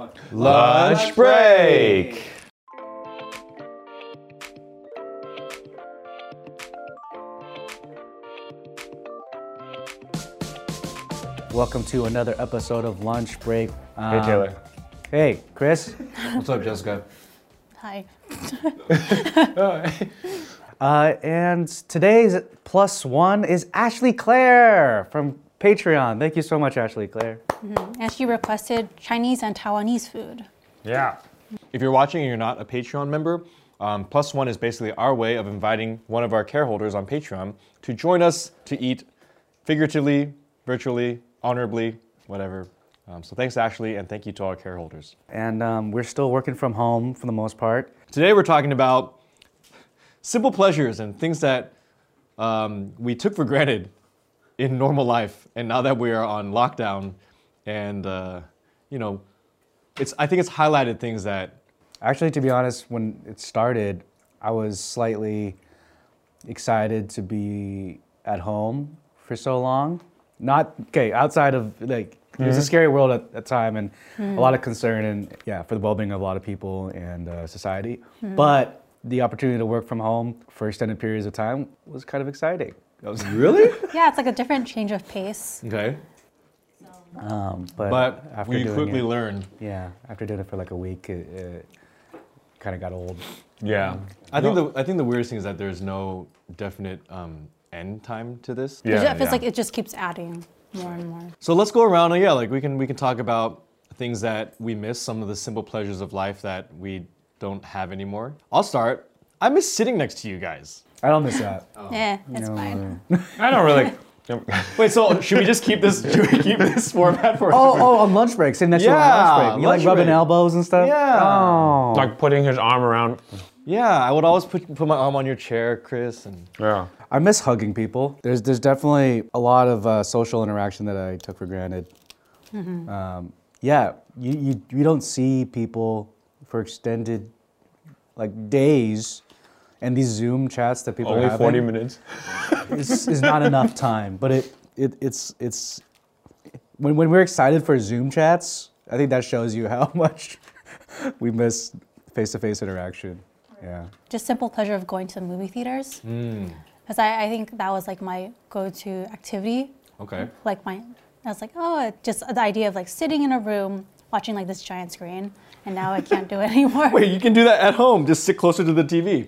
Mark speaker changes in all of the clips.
Speaker 1: of
Speaker 2: Lunch break.
Speaker 3: Welcome to another episode of Lunch Break. Um,
Speaker 2: Hey Taylor.
Speaker 3: Hey, Chris.
Speaker 2: What's up, Jessica?
Speaker 1: Hi.
Speaker 3: Uh, and today's plus one is Ashley Claire from Patreon. Thank you so much, Ashley Claire.
Speaker 1: And she requested Chinese and Taiwanese food.
Speaker 2: Yeah. If you're watching and you're not a Patreon member, um, Plus One is basically our way of inviting one of our careholders on Patreon to join us to eat figuratively, virtually, honorably, whatever. Um, so thanks, Ashley, and thank you to all our careholders.
Speaker 3: And um, we're still working from home for the most part.
Speaker 2: Today we're talking about simple pleasures and things that um, we took for granted in normal life, and now that we are on lockdown, and uh, you know, it's I think it's highlighted things that
Speaker 3: Actually, to be honest, when it started, I was slightly excited to be at home for so long. Not okay, outside of like it
Speaker 2: Mm-hmm.
Speaker 3: was a scary world at that time and a
Speaker 2: Mm.
Speaker 3: lot of concern and yeah, for the well-being of a lot of people and uh, society.
Speaker 2: Mm.
Speaker 3: But the opportunity to work from home for extended periods of time was kind of exciting.
Speaker 2: really
Speaker 1: Yeah, it's like a different change of pace.
Speaker 2: okay.
Speaker 3: Um, but,
Speaker 2: But
Speaker 3: after
Speaker 2: we
Speaker 3: doing
Speaker 2: quickly
Speaker 3: it,
Speaker 2: learned.
Speaker 3: yeah, after doing it for like a week, it, it kind of got old.
Speaker 4: Yeah.
Speaker 2: I think the I think the weirdest thing is that there's no definite um, end time to this.
Speaker 1: It
Speaker 4: Yeah,
Speaker 1: just- it feels
Speaker 4: yeah.
Speaker 1: like it just keeps adding more and more.
Speaker 2: So let's go around and yeah, like we can we can talk about things that we miss, some of the simple pleasures of life that we don't have anymore. I'll start. I miss sitting next to you guys.
Speaker 3: I don't miss that.
Speaker 1: Yeah, it's
Speaker 3: No,
Speaker 1: fine.
Speaker 4: I don't really.
Speaker 2: Wait, so should we just keep this? Should we keep this format for?
Speaker 3: Oh, oh, on lunch break, sitting next to him on lunch
Speaker 2: Yeah,
Speaker 3: break. You
Speaker 2: lunch
Speaker 3: like rubbing
Speaker 2: break.
Speaker 3: elbows and stuff?
Speaker 2: Yeah.
Speaker 3: Oh.
Speaker 4: like putting his arm around.
Speaker 2: Yeah, I would always put put my arm on your chair, Chris, and
Speaker 4: Yeah.
Speaker 3: I miss hugging people. There's there's definitely a lot of uh, social interaction that I took for granted. Um, yeah, you, you you don't see people for extended like days, and these Zoom chats that people
Speaker 4: Only
Speaker 3: are
Speaker 4: 40
Speaker 3: having
Speaker 4: minutes.
Speaker 3: is, is not enough time. But it, it it's it's when when we're excited for Zoom chats, I think that shows you how much we miss face to face interaction. Yeah.
Speaker 1: Just simple pleasure of going to the movie theaters. Because I, I think that was like my go-to activity.
Speaker 2: okay.
Speaker 1: Like my, I was like, oh, it just the idea of like sitting in a room watching like this giant screen, and now I can't do it anymore.
Speaker 2: Wait, you can do that at home. Just sit closer to the TV.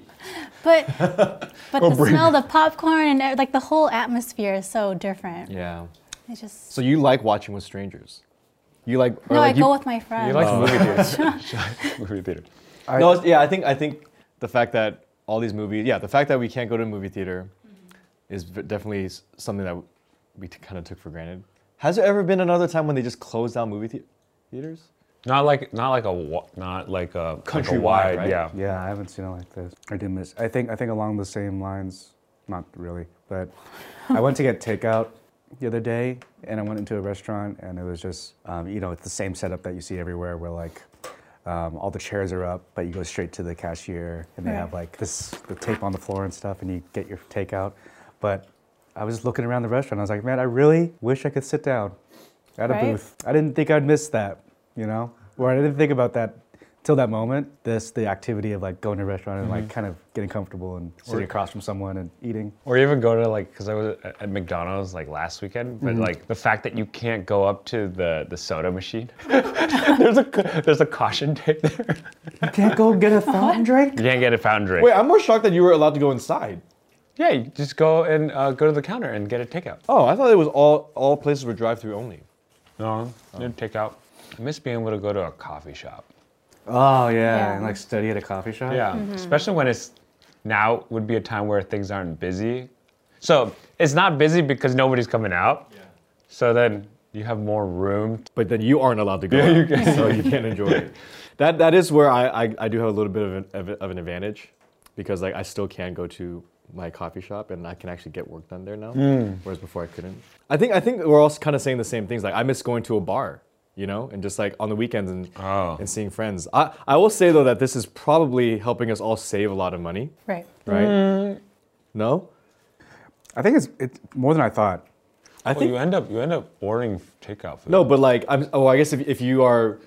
Speaker 1: But but the
Speaker 4: bring
Speaker 1: smell of popcorn and uh, like the whole atmosphere is so different.
Speaker 2: Yeah.
Speaker 1: It just
Speaker 2: So you like watching with strangers? You like? Or
Speaker 1: no,
Speaker 2: like
Speaker 1: I
Speaker 2: you,
Speaker 1: go with my friends.
Speaker 4: You like movie theaters. movie theater.
Speaker 2: No, it's- yeah, I think I think the fact that all these movies, yeah, the fact that we can't go to a movie theater
Speaker 1: Mm-hmm.
Speaker 2: is v- definitely s- something that we t- kind of took for granted. Has there ever been another time when they just closed down movie thea- theaters?
Speaker 4: Not like not like a wa- not like a country
Speaker 2: Countrywide,
Speaker 4: wide.
Speaker 2: right?
Speaker 4: Yeah.
Speaker 3: Yeah, I haven't seen it like this. I do miss. I think I think along the same lines. Not really, but I went to get takeout the other day, and I went into a restaurant, and it was just um, you know it's the same setup that you see everywhere, where like. Um, all the chairs are up, but you go straight to the cashier, and they have
Speaker 1: Right.
Speaker 3: like this the tape on the floor and stuff, and you get your takeout. But I was looking around the restaurant. I was like, man, I really wish I could sit down at a
Speaker 1: Right?
Speaker 3: booth. I didn't think I'd miss that, you know, or I didn't think about that till that moment. This the activity of like going to a restaurant and like kind of getting comfortable and sitting across from someone and eating.
Speaker 4: Or even go to like because I was at at McDonald's like last weekend, but like the fact that you can't go up to the the soda machine. there's a ca- there's a caution tape there.
Speaker 3: You can't go get a fountain drink.
Speaker 4: You can't get a fountain drink.
Speaker 2: Wait, I'm more shocked that you were allowed to go inside.
Speaker 4: Yeah, you just go and uh, go to the counter and get a takeout.
Speaker 2: Oh, I thought it was all all places were drive-through only.
Speaker 4: No, no takeout. I miss being able to go to a coffee shop.
Speaker 3: Oh yeah,
Speaker 1: Yeah.
Speaker 3: and like study at a coffee shop.
Speaker 4: Yeah, especially when it's now would be a time where things aren't busy. So it's not busy because nobody's coming out. Yeah. So then you have more room.
Speaker 2: But then you aren't allowed to go. out, so you can't enjoy it. That that is where I, I, I do have a little bit of an, of, a- of an advantage because like I still can go to my coffee shop and I can actually get work done there now, whereas before I couldn't. I think I think we're all kind of saying the same things. Like I miss going to a bar, you know, and just like on the weekends and
Speaker 4: Oh.
Speaker 2: and seeing friends. I I will say though that this is probably helping us all save a lot of money,
Speaker 1: right.
Speaker 2: right? No,
Speaker 3: I think it's it's more than I thought.
Speaker 2: I
Speaker 4: Oh, Well, you end up you end up ordering takeout food.
Speaker 2: No, but like, I'm, oh, I guess if, if you are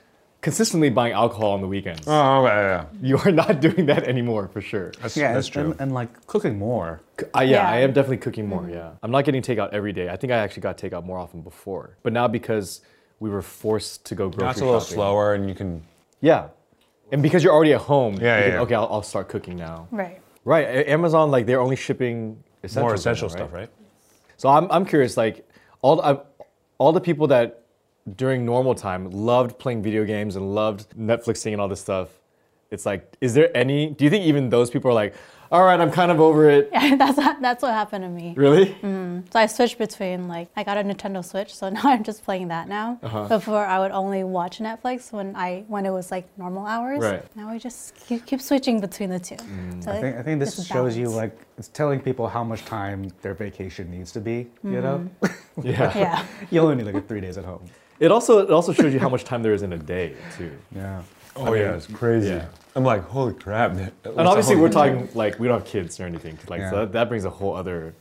Speaker 2: consistently buying alcohol on the weekends.
Speaker 4: Oh, okay, yeah.
Speaker 2: You are not doing that anymore for sure.
Speaker 4: That's,
Speaker 3: Yeah,
Speaker 4: that's
Speaker 3: and-
Speaker 4: true.
Speaker 3: And, and, like cooking more.
Speaker 2: I, yeah,
Speaker 1: Yeah.
Speaker 2: I am definitely cooking more. Yeah, I'm not getting takeout every day. I think I actually got takeout more often before, but now because we were forced to go grocery
Speaker 4: That's a little
Speaker 2: shopping-
Speaker 4: slower, and you can.
Speaker 2: Yeah, and because you're already at home,
Speaker 4: Yeah,
Speaker 2: you
Speaker 4: yeah,
Speaker 2: can,
Speaker 4: yeah.
Speaker 2: okay, I'll, I'll start cooking now.
Speaker 1: Right.
Speaker 2: Right, A- Amazon like they're only shipping essential
Speaker 4: More essential stuff, right?
Speaker 2: So I'm, I'm curious, like all the- I, all the people that during normal time loved playing video games and loved Netflixing and all this stuff. It's like, is there any? Do you think even those people are like, all right, I'm kind of over it.
Speaker 1: that's that's what happened to me.
Speaker 2: Really?
Speaker 3: Mm.
Speaker 1: So I switched between like I got a Nintendo Switch, so now I'm just playing that now. Before I would only watch Netflix when I when it was like normal hours.
Speaker 2: Right.
Speaker 1: Now I just keep, keep switching between the two. So
Speaker 3: I think I think this
Speaker 1: it's a
Speaker 3: shows you
Speaker 1: balance.
Speaker 3: like it's telling people how much time their vacation needs to be. You know,
Speaker 1: Mm-hmm.
Speaker 2: Yeah.
Speaker 1: yeah.
Speaker 3: you only need like three days at home.
Speaker 2: It also it also shows you how much time there is in a day too.
Speaker 3: Yeah.
Speaker 4: Oh yeah, it's crazy. I'm like, holy crap! man.
Speaker 2: And obviously we're talking like we don't have kids or anything. Like so
Speaker 3: Yeah.
Speaker 2: that, that brings a whole other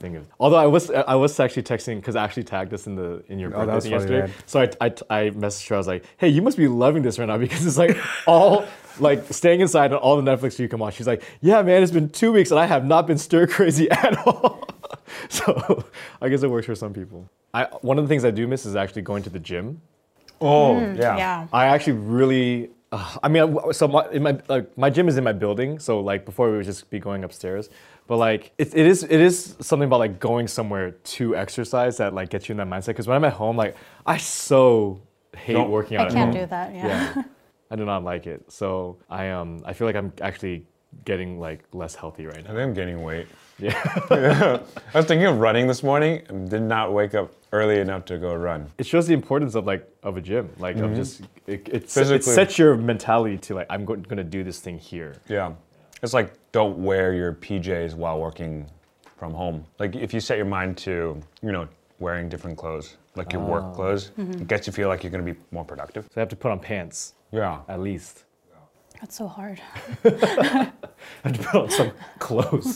Speaker 2: thing of. Although I was I was actually texting because I actually tagged us in the in your
Speaker 3: Oh, that
Speaker 2: birthday
Speaker 3: was
Speaker 2: thing
Speaker 3: funny,
Speaker 2: yesterday.
Speaker 3: man.
Speaker 2: So I, I I messaged her. I was like, hey, you must be loving this right now because it's like all. Like staying inside and all the Netflix you come on. She's like, "Yeah, man, it's been two weeks and I have not been stir crazy at all." so, I guess it works for some people. I one of the things I do miss is actually going to the gym.
Speaker 4: Oh yeah.
Speaker 1: Mm, Yeah.
Speaker 2: I actually really. Uh, I mean, I- so my, in my like my gym is in my building, so like before we would just be going upstairs, but like it, it is it is something about like going somewhere to exercise that like gets you in that mindset. Because when I'm at home, like I so hate
Speaker 4: Don't-
Speaker 2: working out.
Speaker 1: I
Speaker 2: at
Speaker 1: can't
Speaker 2: home.
Speaker 1: do that. Yeah.
Speaker 2: Yeah, I do not like it. So I um I feel like I'm actually getting like less healthy right
Speaker 4: I
Speaker 2: now.
Speaker 4: think I'm gaining weight.
Speaker 2: Yeah,
Speaker 4: I was thinking of running this morning. and Did not wake up early enough to go run.
Speaker 2: it shows the importance of like of a gym. Like of just it it, se- it
Speaker 4: Mm-hmm. Physically.
Speaker 2: sets your mentality to like I'm go- gonna do this thing here.
Speaker 4: Yeah, it's like don't wear your PJs while working from home. Like if you set your mind to you know wearing different clothes, like your work clothes, it gets you feel like you're gonna be more productive.
Speaker 2: So I have to put on pants
Speaker 4: Yeah.
Speaker 2: at least.
Speaker 1: That's so hard.
Speaker 2: I had to put on some clothes.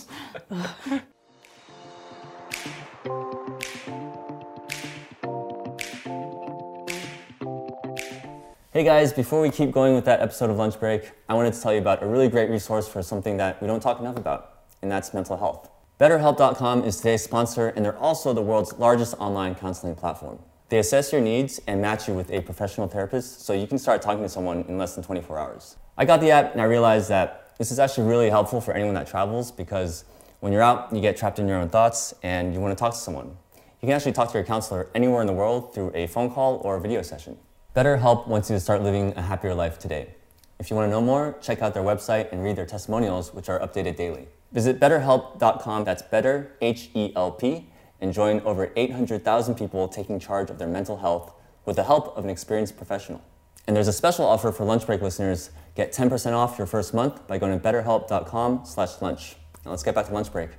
Speaker 5: Hey guys, before we keep going with that episode of Lunch Break, I wanted to tell you about a really great resource for something that we don't talk enough about, and that's mental health. BetterHelp.com is today's sponsor, and they're also the world's largest online counseling platform. They assess your needs and match you with a professional therapist so you can start talking to someone in less than 24 hours. I got the app and I realized that this is actually really helpful for anyone that travels because when you're out, you get trapped in your own thoughts and you want to talk to someone. You can actually talk to your counselor anywhere in the world through a phone call or a video session. BetterHelp wants you to start living a happier life today. If you want to know more, check out their website and read their testimonials, which are updated daily. Visit betterhelp.com, that's better, H E L P, and join over 800,000 people taking charge of their mental health with the help of an experienced professional. And there's a special offer for lunch break listeners. Get 10% off your first month by going to betterhelp.com slash lunch. Now let's get back to lunch break.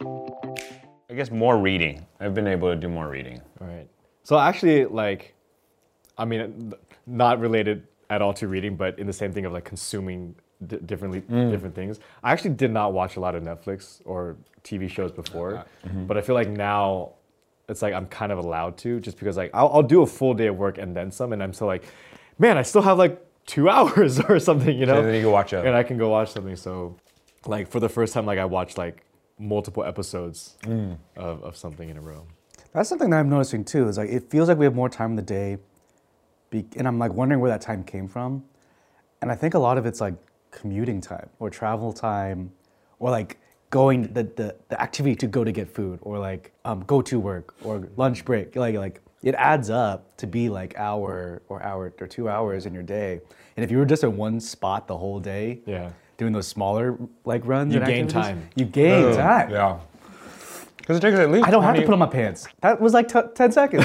Speaker 4: I guess more reading. I've been able to do more reading.
Speaker 2: Right. So actually, like, I mean, not related at all to reading, but in the same thing of like consuming d- differently
Speaker 4: Mm.
Speaker 2: different things. I actually did not watch a lot of Netflix or TV shows
Speaker 4: Uh,
Speaker 2: before,
Speaker 4: uh-huh.
Speaker 2: but I feel like now it's like I'm kind of allowed to just because like I'll, I'll do a full day of work and then some, and I'm still like, man, I still have like two hours or something, you know?
Speaker 4: then you can watch a-
Speaker 2: and I can go watch something. So, like for the first time, like I watched like multiple episodes
Speaker 4: Mm.
Speaker 2: of, of something in a row.
Speaker 3: That's something that I'm noticing too. Is like it feels like we have more time in the day, be- and I'm like wondering where that time came from, and I think a lot of it's like commuting time or travel time, or like going the the, the activity to go to get food or like um, go to work or lunch break. Like like it adds up to be like hour or hour or two hours in your day, and if you were just in one spot the whole day,
Speaker 2: Yeah.
Speaker 3: doing those smaller like runs,
Speaker 2: You
Speaker 3: and
Speaker 2: gain
Speaker 3: activities,
Speaker 2: time.
Speaker 3: You gain
Speaker 4: Ugh,
Speaker 3: time.
Speaker 4: Yeah. Because it takes at least.
Speaker 3: I don't have to
Speaker 4: 20
Speaker 3: put on my pants. That was like t- 10 seconds.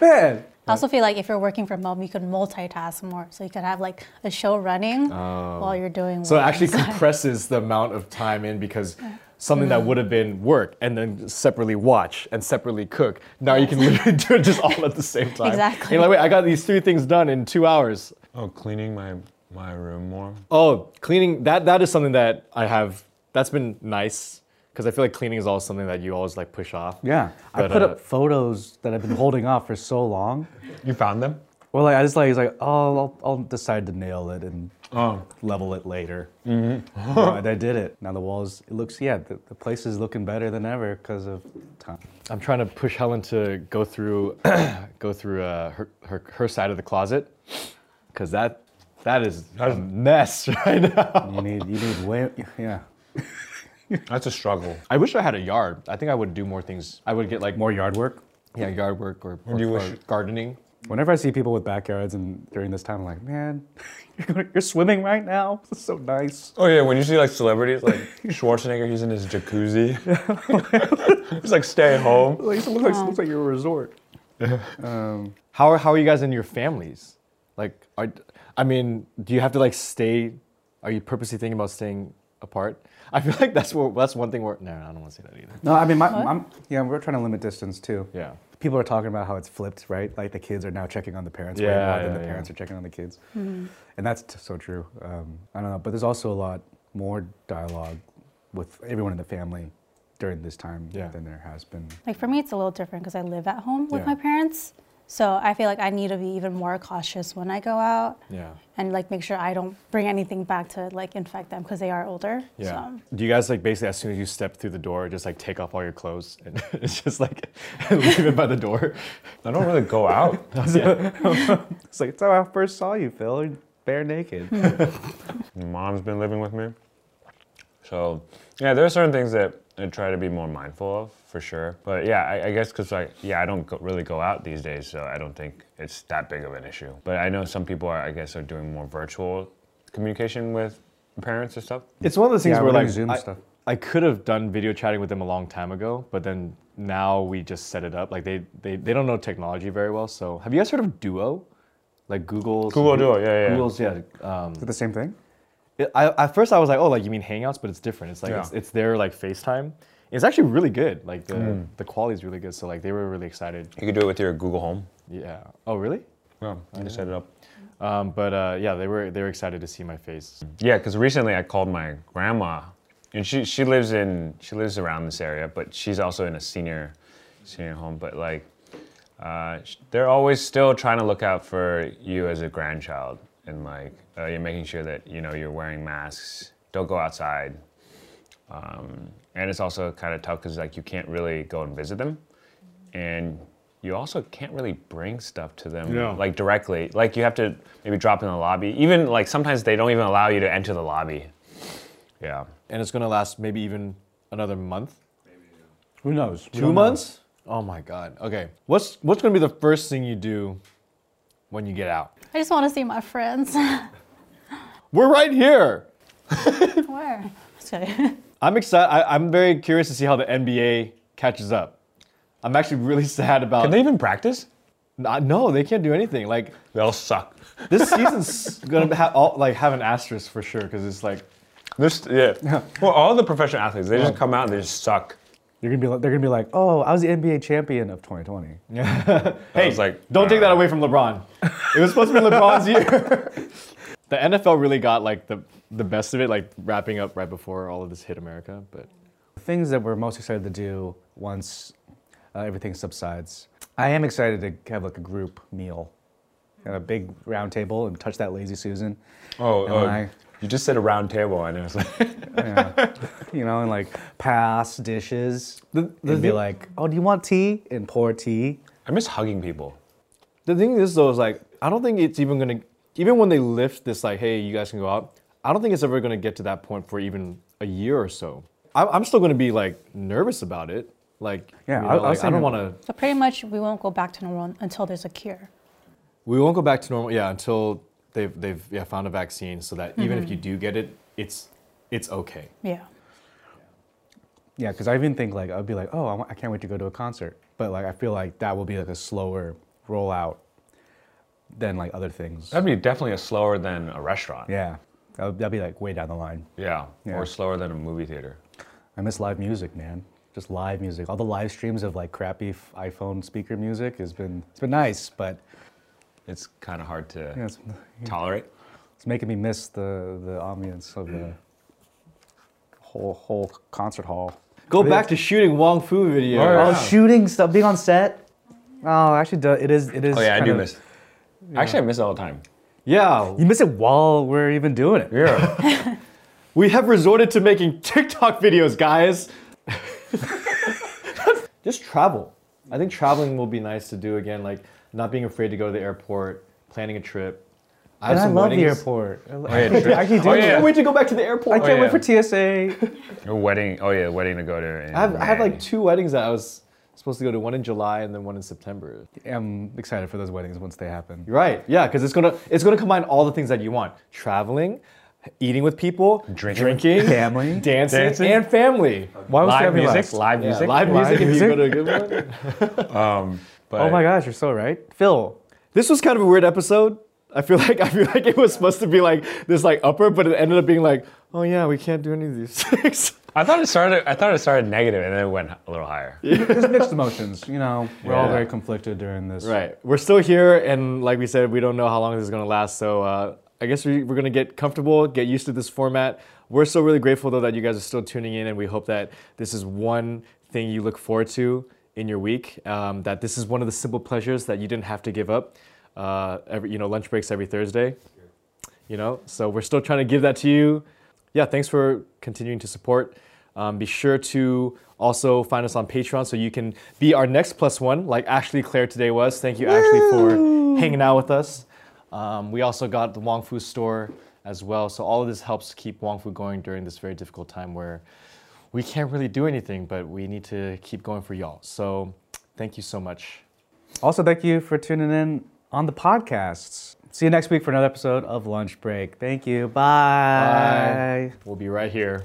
Speaker 3: Man.
Speaker 1: I also feel like if you're working from home, you could multitask more. So you could have like a show running while you're doing.
Speaker 2: So it
Speaker 1: work.
Speaker 2: actually compresses the amount of time in because something that would have been work and then separately watch and separately cook. Now you can literally do it just all at the same time.
Speaker 1: Exactly.
Speaker 2: You're like, wait, I got these three things done in two hours.
Speaker 4: Oh, cleaning my my room more.
Speaker 2: Oh, cleaning that that is something that I have that's been nice Because I feel like cleaning is always something that you always like push off.
Speaker 3: Yeah, I
Speaker 2: But,
Speaker 3: put
Speaker 2: uh,
Speaker 3: up photos that I've been holding off for so long.
Speaker 4: You found them?
Speaker 3: Well, like, I just like it's like oh, I'll, I'll decide to nail it and
Speaker 4: Oh.
Speaker 3: level it later. Mm-hmm. and I did it. Now the walls, it looks yeah, the, the place is looking better than ever because of time.
Speaker 2: I'm trying to push Helen to go through, go through uh, her, her her side of the closet, because that that is a mess right now.
Speaker 3: You need you need way yeah
Speaker 4: That's a struggle.
Speaker 2: I wish I had a yard. I think I would do more things. I would get like
Speaker 3: more yard work.
Speaker 2: yeah yard work or, or,
Speaker 4: do you
Speaker 2: or
Speaker 4: wish-
Speaker 2: gardening.
Speaker 3: Whenever I see people with backyards and during this time, I'm like, man, you're, going, you're swimming right now. This is so nice.
Speaker 4: Oh yeah, when you see like celebrities like Schwarzenegger, he's in his jacuzzi. he's like stay home.
Speaker 3: Like, it looks like, looks like you're a resort.
Speaker 2: How are how are you guys in your families? Like are I mean, do you have to like stay? Are you purposely thinking about staying apart? I feel like that's where that's one thing where no, I don't want to say that either.
Speaker 3: No, I mean, my, I'm, yeah, we're trying to limit distance too.
Speaker 2: Yeah.
Speaker 3: People are talking about how it's flipped, right? Like the kids are now checking on the parents way
Speaker 2: Yeah,
Speaker 3: more than
Speaker 2: yeah,
Speaker 3: the
Speaker 2: yeah.
Speaker 3: parents are checking on the kids, and that's t- so true. Um, I don't know, but there's also a lot more dialogue with everyone in the family during this time
Speaker 2: Yeah.
Speaker 3: than there has been.
Speaker 1: Like for me, it's a little different because I live at home with
Speaker 3: Yeah.
Speaker 1: my parents. So I feel like I need to be even more cautious when I go out
Speaker 2: Yeah.
Speaker 1: and like make sure I don't bring anything back to like infect them because they are older.
Speaker 2: Yeah.
Speaker 1: So.
Speaker 2: Do you guys like basically as soon as you step through the door, just like take off all your clothes and it's just like and leave it by the door?
Speaker 4: I don't really go out.
Speaker 3: It's like it's how I first saw you, Phil, you're bare naked.
Speaker 4: My mom's been living with me. So, yeah, there are certain things that I try to be more mindful of for sure. But yeah, I, I guess because I yeah I don't go, really go out these days, so I don't think it's that big of an issue. But I know some people are I guess are doing more virtual communication with parents and stuff.
Speaker 2: It's one of those things
Speaker 3: Yeah,
Speaker 2: where
Speaker 3: we're doing
Speaker 2: like
Speaker 3: Zoom
Speaker 2: I,
Speaker 3: stuff.
Speaker 2: I could have done video chatting with them a long time ago, but then now we just set it up. Like they they, they don't know technology very well. So have you guys heard of Duo? Like Google's
Speaker 4: Google Duo, yeah, yeah, yeah.
Speaker 2: Google's yeah. Um,
Speaker 3: Is it the same thing?
Speaker 2: it- I, at first I was like, oh, like you mean Hangouts, but it's different. It's like
Speaker 4: Yeah.
Speaker 2: it's, it's their like FaceTime. It's actually really good. Like the
Speaker 4: Mm.
Speaker 2: the quality is really good. So like they were really excited.
Speaker 4: You could do it with your Google Home.
Speaker 2: Yeah. Oh really?
Speaker 4: Yeah, you can set it up.
Speaker 2: Um, but uh, yeah, they were they were excited to see my face.
Speaker 4: Yeah, because recently I called my grandma, and she she lives in she lives around this area, but she's also in a senior senior home. But like, uh, sh- they're always still trying to look out for you as a grandchild, and like uh, you're making sure that you know you're wearing masks, don't go outside, um, and it's also kind of tough because like you can't really go and visit them, and you also can't really bring stuff to them
Speaker 2: Yeah.
Speaker 4: like directly. Like you have to maybe drop in the lobby. Even like sometimes they don't even allow you to enter the lobby. Yeah.
Speaker 2: And it's gonna last maybe even another month.
Speaker 3: Who knows? We
Speaker 2: Two
Speaker 3: don't know.
Speaker 2: months? Oh my god. Okay. What's what's gonna be the first thing you do when you get out?
Speaker 1: I just want to see my friends.
Speaker 2: We're right here.
Speaker 1: Where? Just kidding.
Speaker 2: I'm excited. I, I'm very curious to see how the NBA catches up. I'm actually really sad about.
Speaker 4: Can they even practice?
Speaker 2: Uh, no, they can't do anything. Like
Speaker 4: They'll suck.
Speaker 2: this season's gonna ha- all, like have an asterisk for sure because it's like
Speaker 4: This yeah. Well, all the professional athletes, they just come out and they just suck.
Speaker 3: You're gonna be. like- They're gonna be like, "Oh, I was the NBA champion of 2020."
Speaker 4: Hey, like,
Speaker 2: Don't take that
Speaker 4: uh,
Speaker 2: away from LeBron. It was supposed to be LeBron's year. the NFL really got like the the best of it, like wrapping up right before all of this hit America. But
Speaker 3: things that we're most excited to do once uh, everything subsides. I am excited to have like a group meal, at a big round table, and touch that lazy Susan.
Speaker 4: Oh,
Speaker 3: Am
Speaker 4: oh,
Speaker 3: I?
Speaker 4: you just said a round table, and it was like,
Speaker 3: Yeah. you know, and like pass dishes,
Speaker 2: the
Speaker 3: and be
Speaker 2: thing-
Speaker 3: like, "Oh, do you want tea?" and pour tea.
Speaker 4: I miss hugging people.
Speaker 2: the thing is though, is like I don't think it's even gonna even when they lift this like, hey, you guys can go out. I don't think it's ever gonna get to that point for even a year or so. I'm, I'm still gonna be like nervous about it. Like
Speaker 3: Yeah,
Speaker 2: you
Speaker 3: I-
Speaker 2: know,
Speaker 3: I was
Speaker 2: like, I don't
Speaker 3: thinking-
Speaker 2: want to.
Speaker 1: so pretty much we won't go back to normal until there's a cure.
Speaker 2: We won't go back to normal, yeah, until they've they've yeah found a vaccine, so that even if you do get it, it's it's okay.
Speaker 1: Yeah.
Speaker 3: Yeah, because I even think like I'd be like, "Oh, I wa- I can't wait to go to a concert," but like I feel like that will be like a slower rollout than like other things.
Speaker 4: That'd be definitely a slower than a restaurant.
Speaker 3: Yeah, that would that'd be like way down the line.
Speaker 4: Yeah.
Speaker 3: Yeah.
Speaker 4: Or slower than a movie theater.
Speaker 3: I miss live music, man. Just live music. All the live streams of like crappy f- iPhone speaker music has been it's been nice, but
Speaker 4: It's kind of hard to
Speaker 3: you know, it's,
Speaker 4: tolerate.
Speaker 3: it's making me miss the the ambience of the whole whole concert hall.
Speaker 2: Go back to shooting Wong Fu video.
Speaker 4: Or-
Speaker 3: Oh,
Speaker 4: Yeah.
Speaker 3: shooting stuff, being on set. Oh, actually, do- it is. It is.
Speaker 4: Oh yeah, I
Speaker 3: kind
Speaker 4: do
Speaker 3: of-
Speaker 4: miss. Actually, I miss all the time.
Speaker 2: Yeah,
Speaker 3: You miss it while we're even doing it.
Speaker 4: Yeah.
Speaker 2: we have resorted to making TikTok videos, guys. Just travel. I think traveling will be nice to do again, like not being afraid to go to the airport, planning a trip. I have
Speaker 3: And I
Speaker 2: some
Speaker 3: love the
Speaker 2: weddings-
Speaker 3: airport. I
Speaker 4: Oh, yeah, true.
Speaker 3: actually do.
Speaker 4: Oh,
Speaker 2: I
Speaker 4: yeah.
Speaker 2: can't wait to go back to the
Speaker 3: I
Speaker 2: airport.
Speaker 3: can't
Speaker 2: I,
Speaker 4: yeah.
Speaker 3: wait for TSA.
Speaker 4: Your wedding. Oh yeah, wedding to go to. in
Speaker 2: have, I have
Speaker 4: May.
Speaker 2: like two weddings that I was supposed to go to, one in July and then one in September.
Speaker 3: I'm excited for those weddings once they happen.
Speaker 2: Right. Yeah, because it's gonna it's gonna combine all the things that you want: traveling, eating with people,
Speaker 4: Drinking.
Speaker 3: Family.
Speaker 2: dancing,
Speaker 4: Dancing.
Speaker 2: and family.
Speaker 3: Why was
Speaker 4: live
Speaker 3: family
Speaker 4: music,
Speaker 3: last?
Speaker 4: live
Speaker 2: Yeah,
Speaker 4: music,
Speaker 2: live music. if you
Speaker 3: Live music.
Speaker 2: go to a good one.
Speaker 4: But,
Speaker 3: Oh my gosh, you're so right, Phil.
Speaker 2: This was kind of a weird episode. I feel like I feel like it was supposed to be like this like upper, but it ended up being like, oh yeah, we can't do any of these things.
Speaker 4: I thought it started. I thought it started negative, and then it went a little higher.
Speaker 3: There's mixed emotions. You know, we're all
Speaker 2: Yeah.
Speaker 3: very conflicted during this.
Speaker 2: Right. We're still here, and like we said, we don't know how long this is gonna last. So uh, I guess we, we're gonna get comfortable, get used to this format. We're so really grateful though that you guys are still tuning in, and we hope that this is one thing you look forward to in your week. Um, that this is one of the simple pleasures that you didn't have to give up. Uh, every you know lunch breaks every Thursday. you know so we're still trying to give that to you yeah thanks for continuing to support um, be sure to also find us on patreon so you can be our next plus one like ashley claire today was thank you ashley for hanging out with us um, we also got the wong fu store as well so all of this helps keep wong fu going during this very difficult time where we can't really do anything but we need to keep going for y'all so thank you so much
Speaker 3: Also, thank you for tuning in on the podcasts. See you next week for another episode of Lunch Break. Thank you. Bye.
Speaker 2: we'll be right here